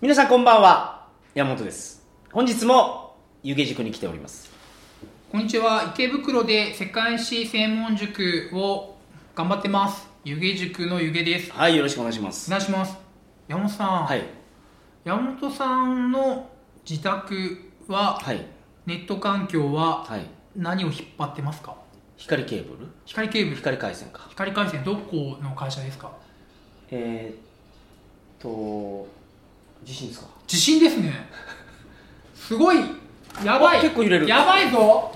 皆さんこんばんは山本です本日も湯気塾に来ておりますこんにちは池袋で世界史専門塾を頑張ってます湯気塾の湯気ですはいよろしくお願いしまおす願いします山本さん、はい山本さんの自宅ははいネット環境ははい何を引っ張ってますか光ケーブル光ケーブル光回線か光回線どこの会社ですかえー、っと地震ですか地震ですねすごいやばいあ結構揺れるやばいぞ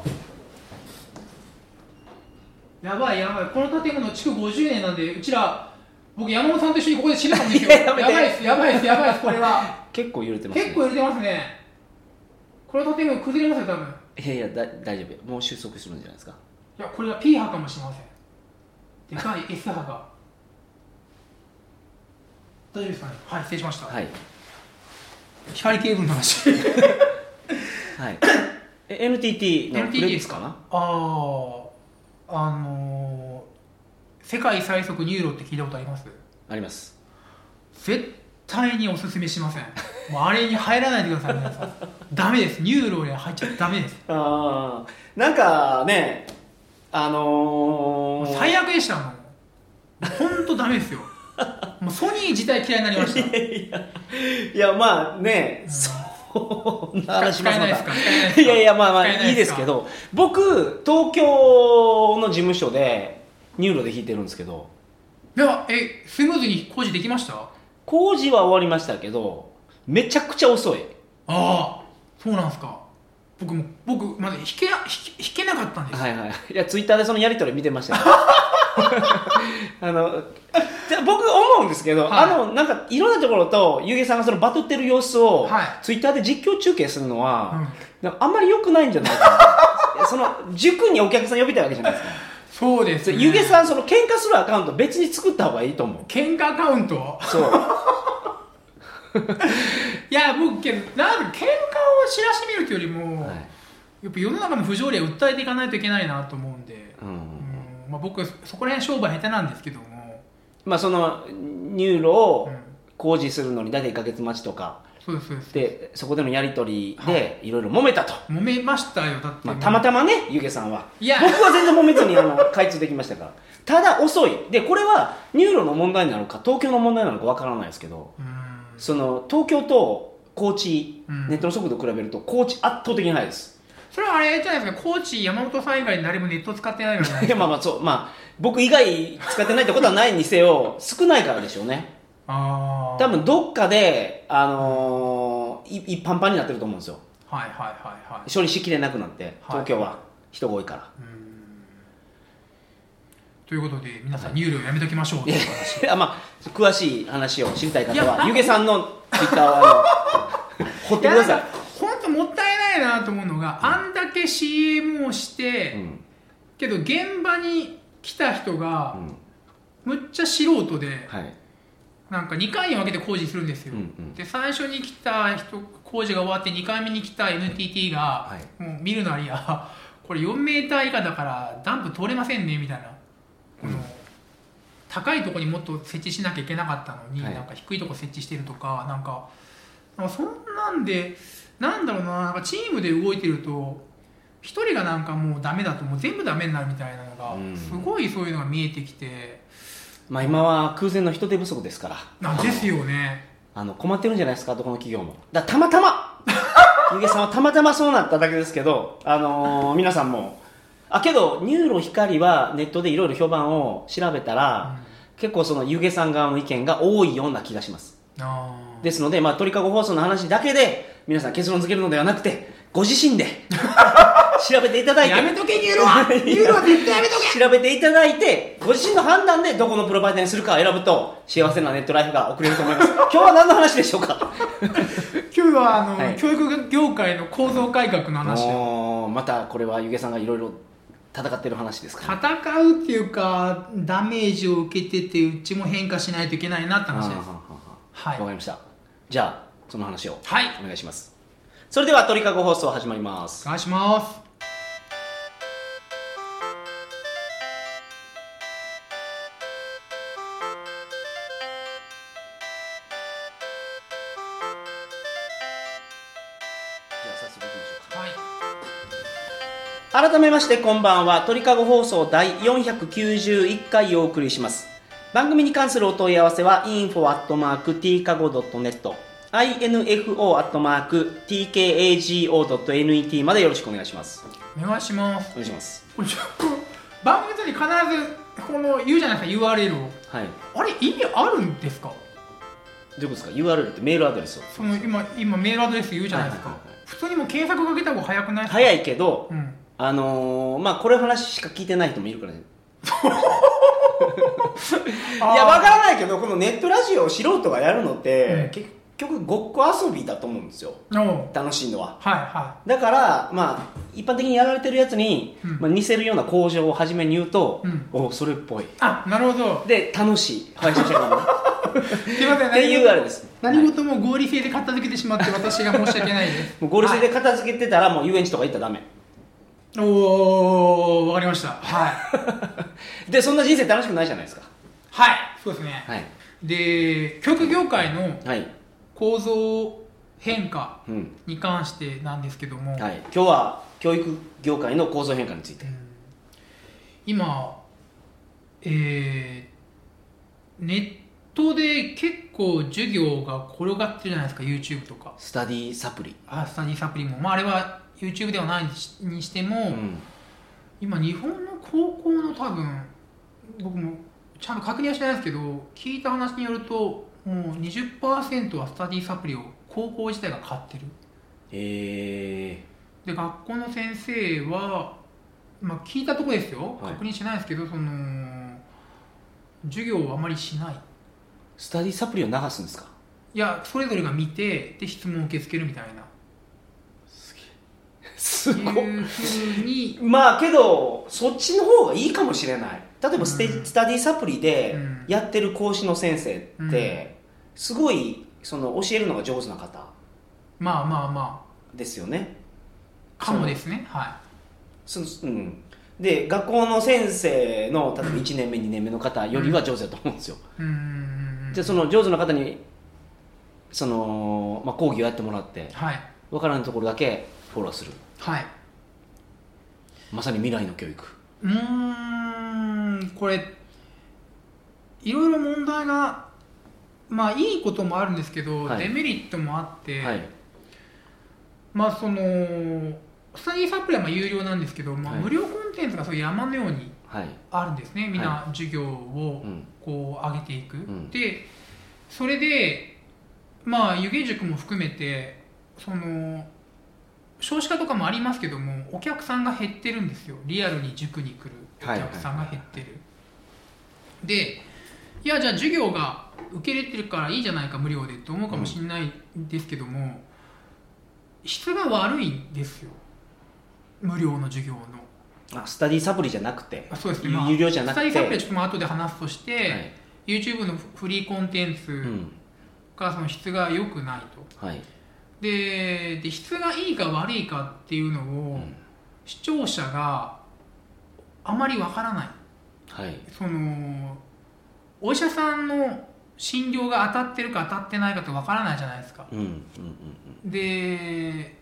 やばいやばいこの建物築50年なんでうちら僕山本さんと一緒にここで死んでたんですよい やややめてばいですやばいですやばいですこ れは結構揺れてます、ね、結構揺れてますねこの建物崩れますよ多分いやいやだ大丈夫もう収束するんじゃないですかいやこれは P 波かもしれませんでかい S 波が大丈夫ですかねはい失礼しました、はい光ケーブルの話はいえ NTT の NTT プレビスかなあああのー、世界最速ニューロって聞いたことありますあります絶対におすすめしませんもうあれに入らないでください皆さん ダメですニューロには入っちゃダメですああなんかねあものう最悪でしたもん本当ダメですよもうソニー自体嫌いになりましたいやまあね、んそんな話し使ますえないですか使えないです かいやいやまあまあ使えないいですけど僕東京の事務所でニューロで弾いてるんですけどいやえスムーズに工事できましたあ工事は終わりましたけどめちゃくちゃ遅いあそうなんですか僕も僕まだ弾けな弾け弾けなかったんですはいはいいやツイッターでそのやり取り見てま したよあのじゃあ僕思うんですけど、はいあのなんかいろんなところとゆうげさんがそのバトってる様子を、はいツイッターで実況中継するのは、うんなんかあんまり良くないんじゃないかなその塾にお客さん呼びたいわけじゃないですかそうです、それね、ゆげさんその喧嘩するアカウント別に作った方がいいと思う喧嘩アカウントそういや僕けどなんか喧嘩を知らしめるというよりも、はいやっぱ世の中の不条理を訴えていかないといけないなと思うんで、ううんんまあ、僕そこら辺商売下手なんですけども、まあそのニューロうをん工事するのに大体1ヶ月待ちとかそうですそうですでそこでのやり取りでいろいろ揉めたと、揉めましたよだって、まあ、たまたまねゆげさんはいや僕は全然揉めずにあの開通できましたからただ遅いでこれはニューロの問題なのか東京の問題なのかわからないですけどうんその東京と高知、うんネットの速度比べると高知圧倒的に速いですそれはあれじゃないですか高知山本さん以外に誰もネット使ってないから いやまあまあそうまあ僕以外使ってないってことはないにせよ少ないからでしょうねああ多分どっかであのーいいパンパンになってると思うんですよはいはいはいはい処理しきれなくなってはい東京は人が多いから、うんということで皆さん入力やめときましょうという話いやま あ詳しい話を知りたいい方やはゆげさんのツイッター はあの掘っいてやくだなんさかい本当もったいないなと思うのが、あんだけ CM をして、うんけど現場に来た人がう、んむっちゃ素人ではいなんか2回に分けて工事するんですよ、うんうんで最初に来た人工事が終わって2回目に来た NTT が、はもう見るなりやこれ4メーター以下だからダンプ通れませんねみたいなこの、うん高いところにもっと設置しなきゃいけなかったのに、はいなんか低いとこ設置してるとかなんかなんかそんなんでなんだろうななんかチームで動いてると1人がなんかもうダメだともう全部ダメになるみたいなのが、うんすごいそういうのが見えてきてまあ今は空前の人手不足ですからなんですよねあの困ってるんじゃないですかどこの企業もだからたまたまゆげさんはたまたまそうなっただけですけど、あのー皆さんもあけどニューロ光はネットでいろいろ評判を調べたら、結構そのゆげさん側の意見が多いような気がしますあーですので、まあ、鳥かご放送の話だけで皆さん結論付けるのではなくてご自身で 調べていた だいてやめとけニューロはニューロは絶対やめとけ調べていただいてご自身の判断でどこのプロバイダーにするかを選ぶと幸せなネットライフが送れると思います今日は何の話でしょうか今日はあの、はい教育業界の構造改革の話をもうまたこれはゆげさんがいろいろ戦ってる話ですから、戦うっていうかダメージを受けててうちも変化しないといけないなってあー話はんではんすははんいわかりましたじゃあその話をはいお願いしますそれでは鳥かご放送始まりますお願いしま「す改めましてこんばんは鳥かご放送第491回お送りします番組に関するお問い合わせは info.tkago.net info.tkago.net までよろしくお願いしますお願いしますお願いしますこれちょっと番組中に必ずこの言うじゃないですか URL をはいどあれ意味あるんですかういうことですか URL ってメールアドレスをその今今メールアドレス言うじゃないですか、はいはいはい普通にもう検索かけた方が早くないですか早いけどうんあのー、まあこれ話しか聞いてない人もいるからねいいやわからないけどこのネットラジオを素人がやるのって、うん結局ごっこ遊びだと思うんですよおう楽しいのははいはだから、まあ、一般的にやられてるやつに、うんまあ、似せるような工場を初めに言うと、うんおそれっぽいいあなるほどで楽しい配信者が ねすいませんっていうあれです何事も合理性で片付けてしまって私が申し訳ないです もうゴルセで片付けてたらもう遊園地とか行ったらダメはいおおわかりましたはいでそんな人生楽しくないじゃないですかはいそうですね、はいで教育業界のはい、構造変化うんに関してなんですけども、はい、今日は教育業界の構造変化についてうん今えーネットで結構授業が転がってるじゃないですか YouTube とかスタディサプリ、あスタディサプリも、まあ、あれは YouTube ではないにしにしても、うん、今日本の高校の多分僕もちゃんと確認はしてないですけど聞いた話によるともう20%はスタディサプリを高校自体が買ってるえで学校の先生は、まあ、聞いたとこですよはい確認してないですけど、その授業をあまりしないー、スタディサプリを流すんですかいやそれぞれが見てで質問を受け付けるみたいなすいごっうふうに まあけどそっちの方がいいかもしれない例えばステ、うんスタディサプリでうんやってる講師の先生って、すごいその教えるのが上手な方まあまあまですよねあかもですねはそのうんで学校の先生の例えば1年目2年目の方よりは上手だと思うんですよ、いうんうんうんじゃあその上手な方にその、まあ、講義をやってもらってはい分からないところだけフォローするはいまさに未来の教育うーんこれいろいろ問題がまあいいこともあるんですけど、はいデメリットもあって、はいまあそのスタディサプリはまあ有料なんですけど、まあ、はい無料コンテンツがそう山のようにはいあるんですねみんなは授業をうんこう上げていく、んでそれでまあ湯気塾も含めてその少子化とかもありますけどもお客さんが減ってるんですよリアルに塾に来るおはい客さんが減ってる、でいやじゃあ授業が受け入れてるからいいじゃないか無料でと思うかもしれないんですけども、質が悪いんですよ無料の授業のあスタディサプリじゃなくてあそうですね、有まあ有料じゃなくスタてディサプリはちょっとまあ後で話すとして、はい YouTube のフリーコンテンうツんがその質が良くないとはいでで質がいいか悪いかっていうのを、うん視聴者があまりわからないはいそのお医者さんの診療が当たってるか当たってないかってわからないじゃないですかうんうんうんで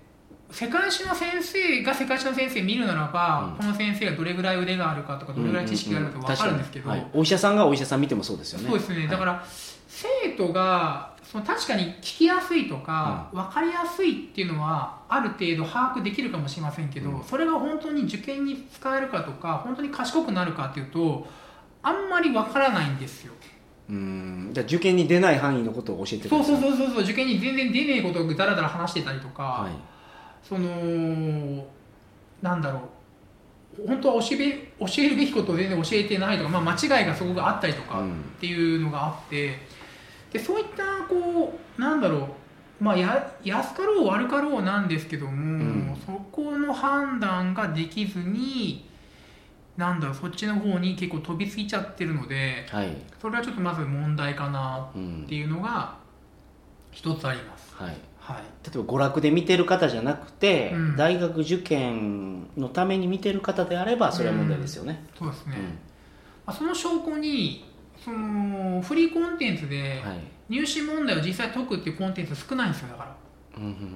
世界史の先生が世界史の先生見るならうば、んこの先生がどれぐらい腕があるかとかうんどれぐらい知識があるかってわかるんですけど、確かにはいお医者さんがお医者さん見てもそうですよねそうですね、だからら生徒がその確かに聞きやすいとか、分かりやすいっていうのはある程度把握できるかもしれませんけど、うんそれが本当に受験に使えるかとか本当に賢くなるかっていうとあんまり分からないんですようんじゃあ受験に出ない範囲のことを教えてくそだうさそいうそうそうそう受験に全然出ねえことをだらだら話してたりとか、はいそのなんだろう本当は教えべ教えるべきことを全然教えてないとか、まあ、間違いがそこがあったりとか、うんっていうのがあってでそういったこうなんだろうまあや安かろう悪かろうなんですけども、んそこの判断ができずになんだろうそっちの方に結構飛びついちゃってるのではいそれはちょっとまず問題かなうってんいうのが一つあります。はいはい、例えば娯楽で見てる方じゃなくて、うん大学受験のために見てる方であればそれは問題ですよね、そうですうんね、まあその証拠にそのフリーコンテンツではい入試問題を実際解くっていうコンテンツ少ないんですよだからうんうんうんうんう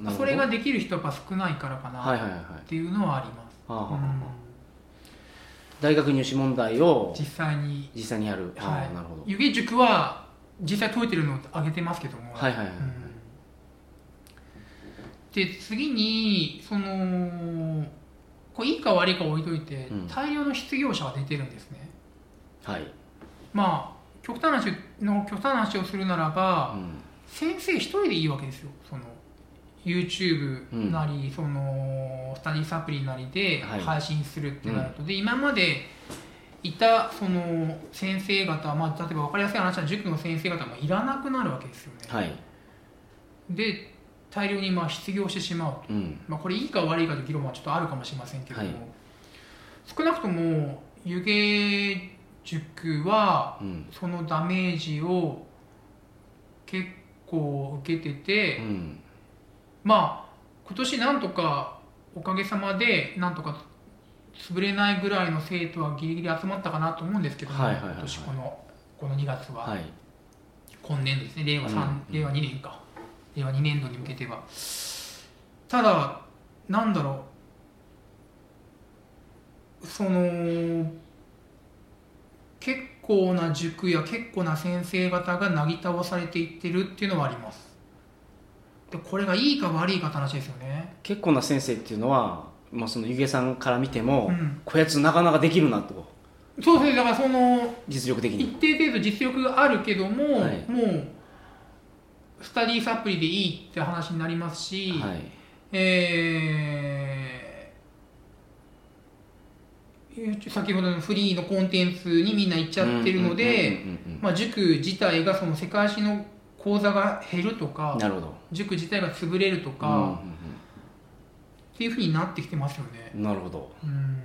んなるほどそれができる人はやっぱ少ないからかなはいはいはいっていうのはありますあはあはうあん大学入試問題を実際に、実際にやる、はああいなるほど湯気塾は実際解いてるのを上げてますけども、はいはいはい、うんで次にそのこういいか悪いか置いといて、うん大量の失業者が出てるんですねはい、まあ極端な話の極端な話をするならば、先生一人でいいわけですよその YouTube なり、そのスタディサプリなりではい配信するってなると、で今までいたその先生方、まあ、例えば分かりやすい話は塾の先生方もいらなくなるわけですよね、うん、はい、で大量にまあ失業してしまうと、うん、まあ、これいいか悪いかという議論はちょっとあるかもしれませんけれども、はい少なくとも湯気塾はうん、そのダメージを結構受けてて、うん、まあ今年なんとかおかげさまでなんとか潰れないぐらいの生徒はギリギリ集まったかなと思うんですけども、はいはいはいはい今年このこの2月は、はい、今年度ですね令和三うん令和2年か令和2年度に向けてはただなんだろうその結構な塾や結構な先生方がなぎ倒されていってるっていうのはありますでこれがいいか悪いかって話ですよね結構な先生っていうのは、まあ、その湯気さんから見ても、うんこやつなかなかできるなとそうですねだからその実力的に一定程度実力があるけども、はいもうスタディサプリでいいって話になりますし、はいえー、先ほどのフリーのコンテンツにみんな行っちゃってるので、うんうんうんうんうんまあ、塾自体がその世界史の講座が減るとかなるほど塾自体が潰れるとか、うんうんっていうふうになってきてますよね。うんなるほどうん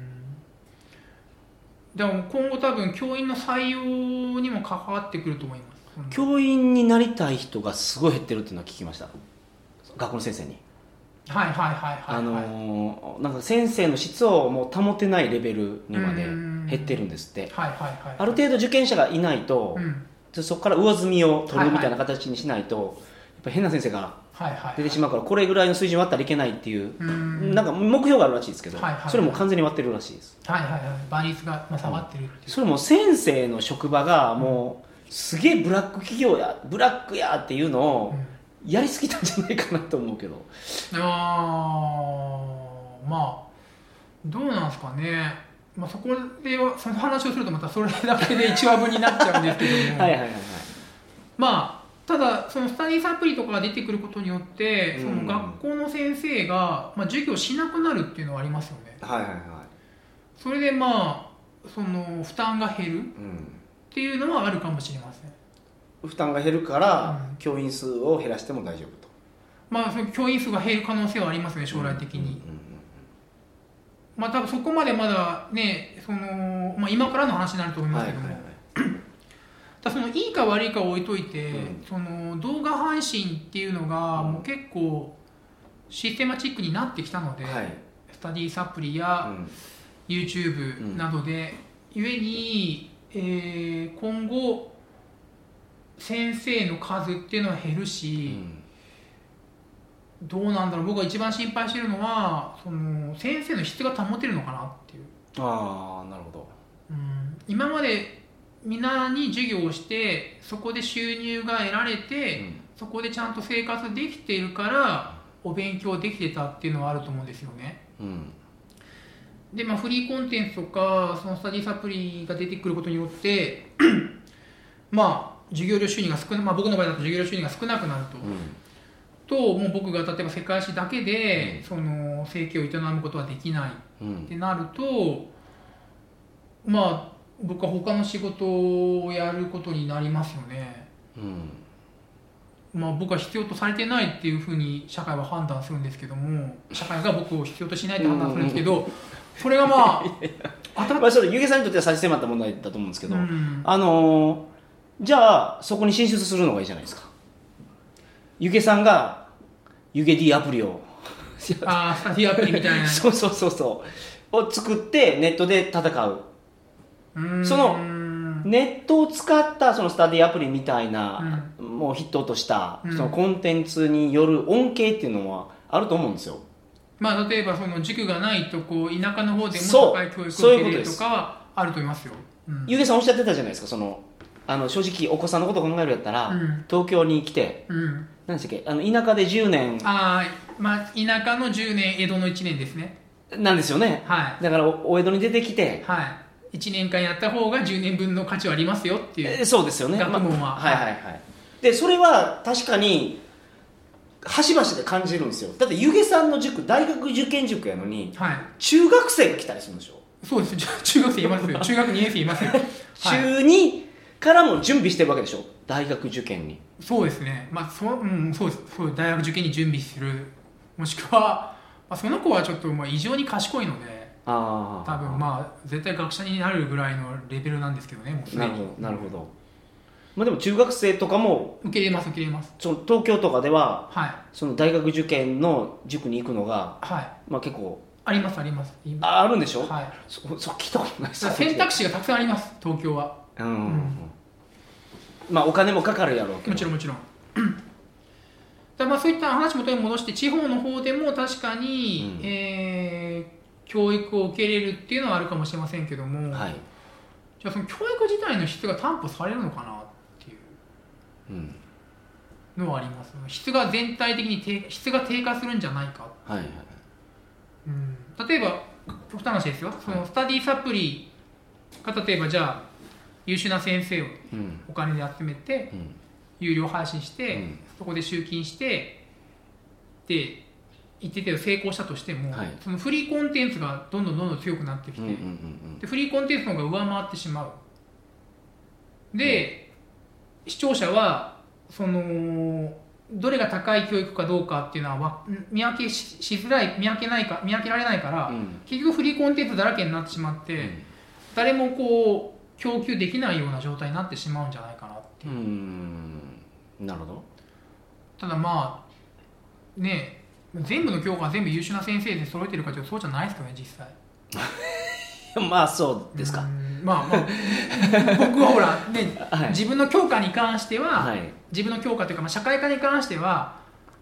でも今後多分教員の採用にも関わってくると思います。その教員になりたい人がすごい減ってるっていうのは聞きました学校の先生に、はいはいはいはい、はいあのーなんか先生の質をもう保てないレベルにまでうん減ってるんですってはいはいはいある程度受験者がいないと、うんそこから上積みを取るみたいな形にしないと、やっぱ変な先生がはいはいはい出てしまうからこれぐらいの水準割ったらいけないっていう、うんなんか目標があるらしいですけど、はいはいそれも完全に割ってるらしいですはいはいはい倍率がまあ下がってるっていう、それも先生の職場がもうすげえブラック企業やブラックやっていうのをうんやりすぎたんじゃないかなと思うけどあーまあどうなんですかね、まあ、そこではその話をするとまたそれだけで一話分になっちゃうんですけどもはいはいはいはいまあただそのスタディサプリとかが出てくることによってそうんの学校の先生が、まあ、授業しなくなるっていうのはありますよねはいはいはそれでまあその負担が減るっい、うていうのはあるかもしれませんん、負担が減るから教員数を減らしても大丈夫とまあその教員数が減る可能性はありますね将来的に、うんうんまあ多分そこまでまだねその、まあ、今からの話になると思いうんまはいすはけいども、はいただそのいいか悪いか置いといて、うんその動画配信っていうのがうんもう結構システマチックになってきたので、はいスタディサプリうやん YouTube などで、ゆえに、えー今後先生の数っていうのは減るうし、んどうなんだろう僕が一番心配してるのはその先生の質が保てるのかなっていう。ああなるほどうん今までみんなに授業をしてそこで収入が得られて、そこでちゃんと生活できているからお勉強できてたっていうのはあると思うんですよねうんうんでまあフリーコンテンツとかそのスタディサプリが出てくることによって まあ授業料収入が少な、まあ、僕の場合だと授業料収入が少なくなると、うんともう僕が例えば世界史だけで、その生計を営むことはできないってなるとまあ僕は他の仕事をやることになりますよね、うんまあ、僕は必要とされてないっていうふうに社会は判断するんですけども社会が僕を必要としないって判断するんですけどそれ がまあ当たっまあ、それ、ゆげさんにとっては差し迫った問題だと思うんですけてど、うんあのーじゃあ、そこに進出するのがいいじゃないですか。ゆげさんが、ゆげ D アプリを、ああスタディアプリみたいなそうそうそうそう、を作って、ネットで戦う。うんそのネットを使ったそのスタディアプリみたいな、もう筆頭としたうんそのコンテンツによる恩恵っていうのはあると思うんですよ。まあ、例えばその塾がないとこう田舎の方でもそう高い教育をそうい受うこけれとでるとすかはあると思いますよ。うんゆうげさんおっしゃってたじゃないですかそのあの正直お子さんのこと考えるやったら、うん東京に来てうん、何でしたっけあの田舎で10年あーまあ田舎の10年江戸の1年ですねなんですよねはだからおお江戸に出てきてい、はい、1年間やった方が10年分の価値はありますよっていうえそうですよね学問はまあはいはいはいでそれは確かに端々で感じるんですよだってゆげさんの塾大学受験塾やのにはい中学生が来たりするんでしょ、そうです中中学生いますよ中学2年生いま すよ、はい、中2からも準備してるわけでしょ大学受験にそうですねまあそ,、うん、そうですそう大学受験に準備するもしくは、まあ、その子はちょっとまあ異常に賢いのでああ多分まあ絶対学者になるぐらいのレベルなんですけどねもうすでなにるほどなるほどまあでも中学生とかも受け入れます受け入れますその東京とかでははいその大学受験の塾に行くのが、はいまあ、結構ありますあります今ああるんでしょ、はいそそう聞いたことないです選択肢がたくさんあります東京はうん、んまあお金もかかるやろうけどもちろんもちろん だまあそういった話元に戻して地方の方でも確かに、うんえー教育を受け入れるっていうのはあるかもしれませんけども、はい、じゃあその教育自体の質が担保されるのかなっていうんうのはあります質が全体的に低質が低下するんじゃないか、はいはいうん、例えば極端な話ですよそのスタディサプリが例えばじゃあ優秀な先生をうんお金で集めてうん有料配信して、うんそこで集金してで一定程度成功したとしても、はいそのフリーコンテンツがどんどんどんどん強くなってうきて、んうんうんでフリーコンテンツの方が上回ってしまうで、視聴者はそのどれが高い教育かどうかっていうのはわ見分けししづらい見分けないか見分けられないから、うん結局フリーコンテンツだらけになってしまって、うん誰もこう供給できないような状態になってしまうんじゃないかなっていううんうんなるほどただまあねえ全部の教科は全部優秀な先生で揃えてるかというとそうじゃないですけどね実際まあそうですか、うんまあまあ僕はほらね、はい自分の教科に関しては、はい自分の教科というか、まあ、社会科に関しては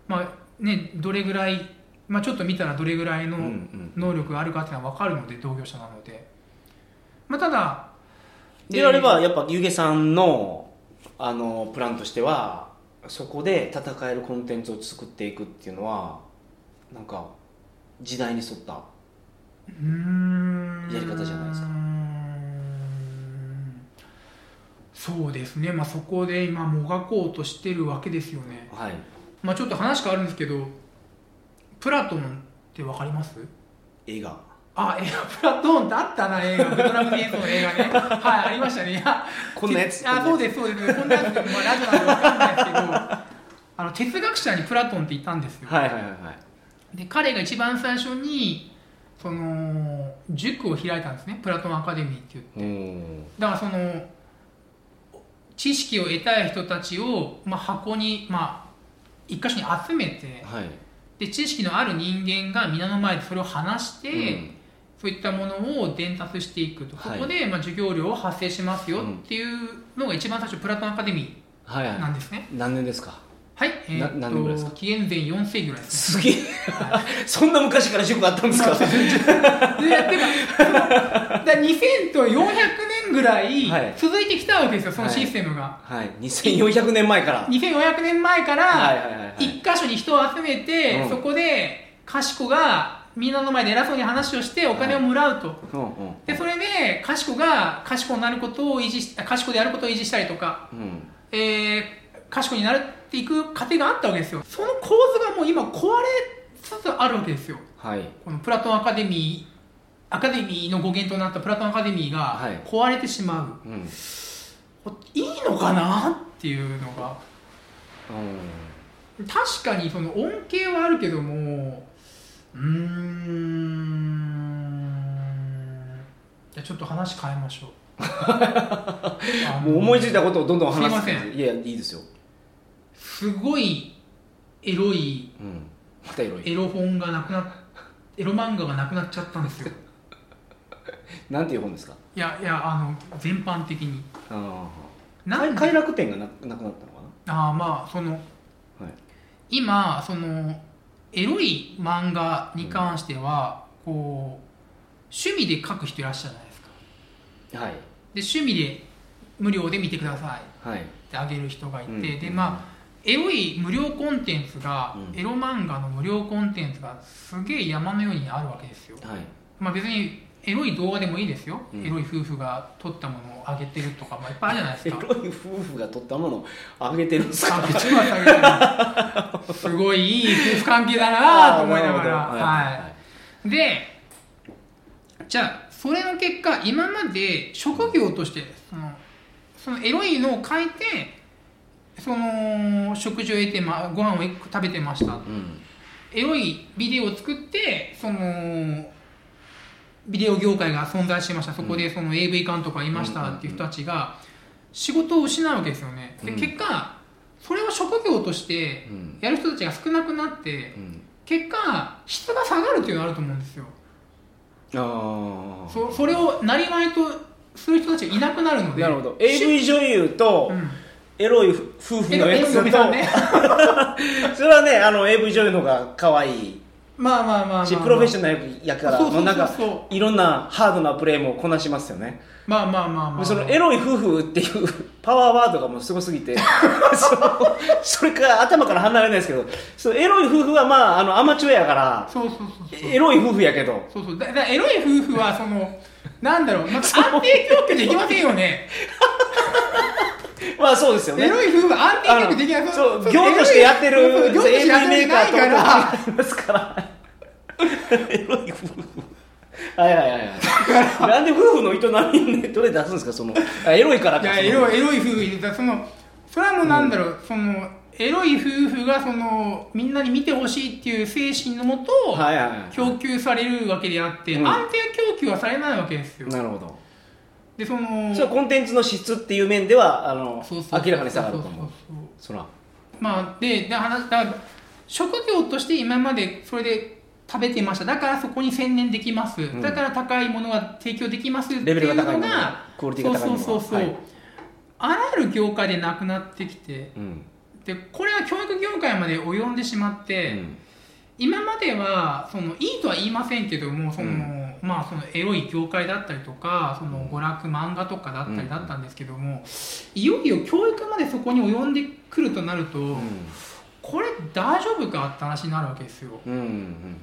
まあねどれぐらい、まあ、ちょっと見たらどれぐらいのうんうん能力があるかっていうのは分かるので同業者なので、まあ、ただであればやっぱゆげさんのあのプランとしてはそこで戦えるコンテンツを作っていくっていうのはなんか時代に沿ったうーんやり方じゃないですかうーんそうですね、まあ、そこで今もがこうとしてるわけですよね、はいまあ、ちょっと話変わるんですけどプラトンってわかります映画あ映画プラトンってあったな映画ベトナム戦争の映画ねはいありましたねいやこんなやつあそうですそうですこんなやつでもまあラジオなんでわかんないですけどあの哲学者にプラトンっていたんですよ、はいはいはいはいで彼が一番最初にその塾を開いたんですねプラトンアカデミーっていううんだからその知識を得たい人たちを、まあ、箱に、まあ、一箇所に集めてはいで知識のある人間が皆の前でそれを話して、うんそういったものを伝達していくとそはいこで、まあ、授業料を発生しますよっていうのが一番最初プラトンアカデミはいーなはんですね、い何年ですかはい、えなー何年ぐらいですっかと紀元前4世紀ぐらいですすねげえ そんな昔から塾あったんですかでやってばだから2000と400年ぐらはいい続いてきたわけですよ、そのはいシステムが、はい2400年前から2400年前かはいはいはいらはい一箇所に人を集めて、うんそこで賢がみんなの前で偉そうに話をしてお金をもらうと、うんうんでそれで賢が賢になることを維持し賢であることを維持したりとか、うんえー、賢になるっていく過程があったわけですよその構図がもう今壊れつつあるわけですよはいこのプラトンアカデミーアカデミーの語源となったプラトンアカデミーがはい壊れてしまうんうんう、い、いのかなっていうのが確かにその恩恵はあるけどもうーんじゃあちょっと話変えま しょうあものう思いついたことをどんどん話すすいませいやいやいいですよすごいエロいうんまたエロいエロ本がなくなっエロ漫画がなくなっちゃったんですよなんていう本ですかいやいやあの全般的にあなんで快楽天がななくなったのかああまあそのなはい今そのエロい漫画に関しては、こう趣味で描く人いらっしゃるじゃなはいですかいで趣味で無料で見てくださいはいってあげる人がいて、うんでまあエロい無料コンテンツが、うんエロ漫画の無料コンテンツがすげえ山のようにあるわけですよはいまあ別にエロい動画でもいいですよ、うんエロい夫婦が撮ったものをあげてるとかもいっぱいあるじゃないですエ かロい夫婦が撮ったものをあげてるんですかあ口は下げてるすごいいい夫婦関係だなと思いながら あーるほどはい、でじゃあそれの結果今まで職業としてそのそのエロいのを書いてその食事を得て、ま、ご飯を食べてましたうんエロいビデオを作ってそのビデオ業界が存在してましたそこでその AV 監督がいましたっていう人たちが仕事を失うわけですよねでうん結果それを職業としてうんやる人たちが少なくなってうん結果質が下がるっていうのがあると思うんですよあそそれをなりわいとする人たちがいなくなるのあでなるほどし AV 女優とうんエロい夫婦えのえやつと嫁さんねそれはねあの AV 女優の方が可愛いまあまあまあまあまあしプロフェッショナルやからそうそもううそうそうなんかいろんなハードなプレーもこなしますよねまあまあまあまあそのエロい夫婦っていう パワーワードがもうすごすぎて そうそれから頭から離れないですけどそのエロい夫婦はまああのアマチュアやからそうそうそうそうエロい夫婦やけどそうそうだだからエロい夫婦はそのなんだろう、まず安定供給できませんよねまあそうですよねエロい夫婦は安定供給できないそう業としてやってるエロい夫婦業としてや AV メーってないかカらーと違いますから エロい夫婦はいはいはいはいなんで夫婦の営みねどれ出すんですかそのあエロいからいかやエロいエロい夫婦いるそのそれはもうなんだろう、そのエロい夫婦がそのみんなに見てほしいっていう精神のもと、はいはいはい供給されるわけであって、うん安定供給はされないわけですよなるほどでそのそれはコンテンツの質っていう面ではあのそうそう明らかに下がると思うそうそうそうそらまあでで話だから職業として今までそれで食べてましただからそこに専念できます、んだから高いものが提供できますってレベいルうが高いもののがクオリティが高いものそうそうそうそう、はいあらゆる業界でなくなってきてうんでこれは教育業界まで及んでしまっうて、ん今まではそのいいとは言いませんけどもその、うんまあそのエロい業界だったりとかそのうん娯楽漫画とかだったりだったんですけども、いよいよ教育までそこに及んでくるとなると、これ大丈夫かって話になるわけですようんうん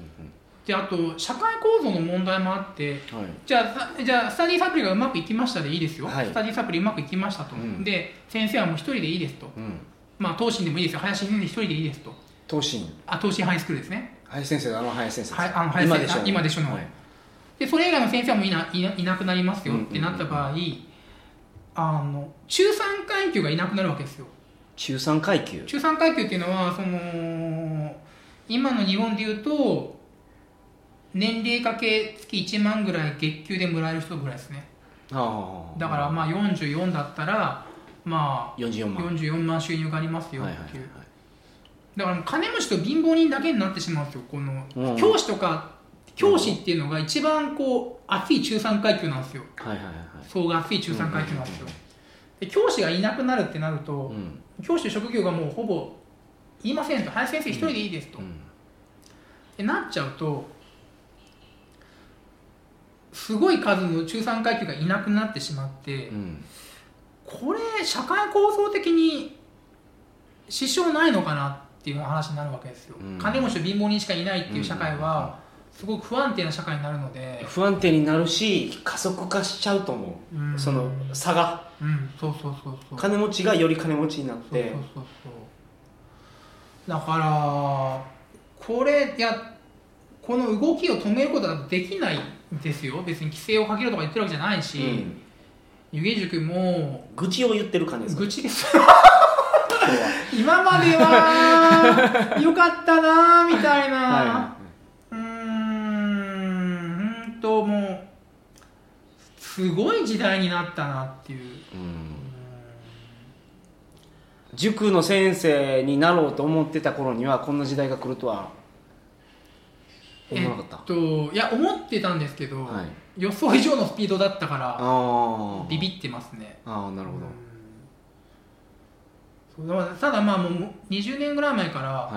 であと社会構造の問題もあってうんはいじゃあさじゃあスタディサプリがうまくいきましたでいいですよ、はいスタディサプリうまくいきましたと、うんで先生はもう一人でいいですとうんまあ東進でもいいですよ林先生一人でいいですと東進あ東進ハイスクールですね林先生あの林先生はいあの林先生今でしょのはいでそれ以外の先生はもういないないなくなりますよってなった場合、あの中3階級がいなくなるわけですよ中産階級中産階級っていうのはその今の日本でいうと年齢かけ月1万ぐらい月給でもらえる人ぐらいですねああだからまあ44だったらま44あ万44万収入がありますよっはいてはいはいいう、はいだからもう金持ちと貧乏人だけになってしまうんですよこの、うん教師とか教師っていうのが一番こう熱い中産階級なんですよはいはいはいはい層が厚い中産階級なんですよ、で教師がいなくなるってなると、うん教師職業がもうほぼ言いませんと林先生一人でいいですと、うんってなっちゃうとすごい数の中産階級がいなくなってしまって、うんこれ社会構造的に支障ないのかなっていう話になるわけですよ、うん金持ちと貧乏人しかいないっていう社会はすごく不安定な社会になるので、不安定になるし加速化しちゃうと思う、うんその差がうん、そうそうそうそう金持ちがより金持ちになっそうそうてそうそうだからこれいやこの動きを止めることはできないんですよ別に規制をかけるとか言ってるわけじゃないし、うん湯気塾も愚痴を言ってる感じですか愚痴です 今ま では良かったなみたいな、はいはうーんほんともうすごい時代になったなっていうい、うんう、塾の先生になろうと思ってた頃にはこんな時代が来るとはーん思わなかっえっといや思ってたんですけど、た、はい、予想以上のスピードだったからああビビってますねああなるほど、うんそうだからただまあもう20年ぐらい前からは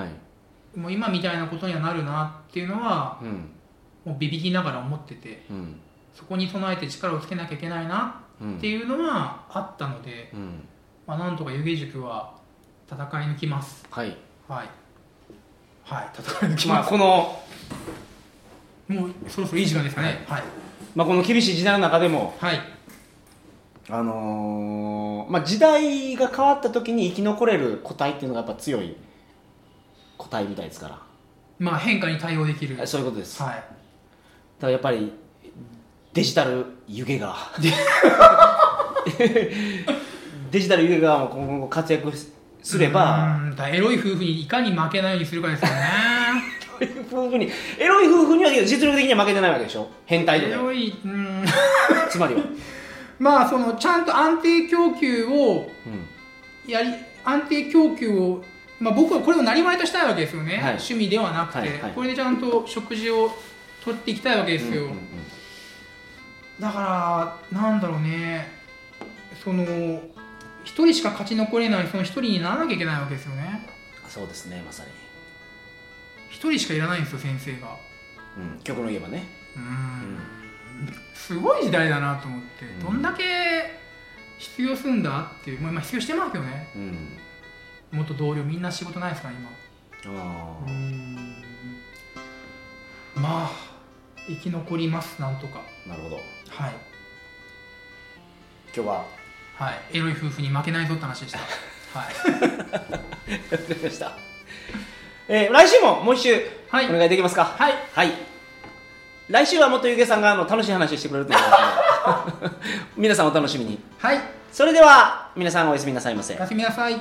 いもう今みたいなことにはなるなっていうのはうんもうビビりながら思っててうんそこに備えて力をつけなきゃいけないなうっんていうのはあったので、うんまあ、なんとか湯気塾は戦い抜きますはいはいはい戦い抜きままあす、このもうそろそろいい時間ですかねはいまあこの厳しい時代の中でもはいあのーまあ時代が変わった時に生き残れる個体っていうのがやっぱ強い個体みたいですかまあ変化に対応できるらそういうことですだかはいらやっぱりデジタル湯気が デジタル湯気がもう今後活躍すればうんだからエロい夫婦にいかに負けないようにするかです よねエロい夫婦にエロい夫婦にはけど実力的には負けてないわけでしょ変態とエかロいうんつまりは、まあそのちゃんと安定供給をやり安定供給を、まあ、僕はこれを生りとしたいわけですよね、はい趣味ではなくて、はいはいこれでちゃんと食事をとっていきたいわけですよ、うんうんうんだからなんだろうねその一人しか勝ち残れないその一人にならなきゃいけないわけですよねそうですねまさに、一人しかいらないんですよ先生がうん、極論言えばねうん、すごい時代だなと思って、うんどんだけ必要すんだっていう、まあ、今必要してますけどねうんもっと同僚みんな仕事ないですから今あうあんまあ生き残りますなんとかなるほどはい今日ははいエロい夫婦に負けないぞって話でしたはい、やってみました、えー来週ももう一周はいお願いできますかはい、はい来週はもっとゆげさんがあの楽しい話してくれると思い ますので皆さんお楽しみにはい、 それでは皆さんおやすみなさいませおやすみなさい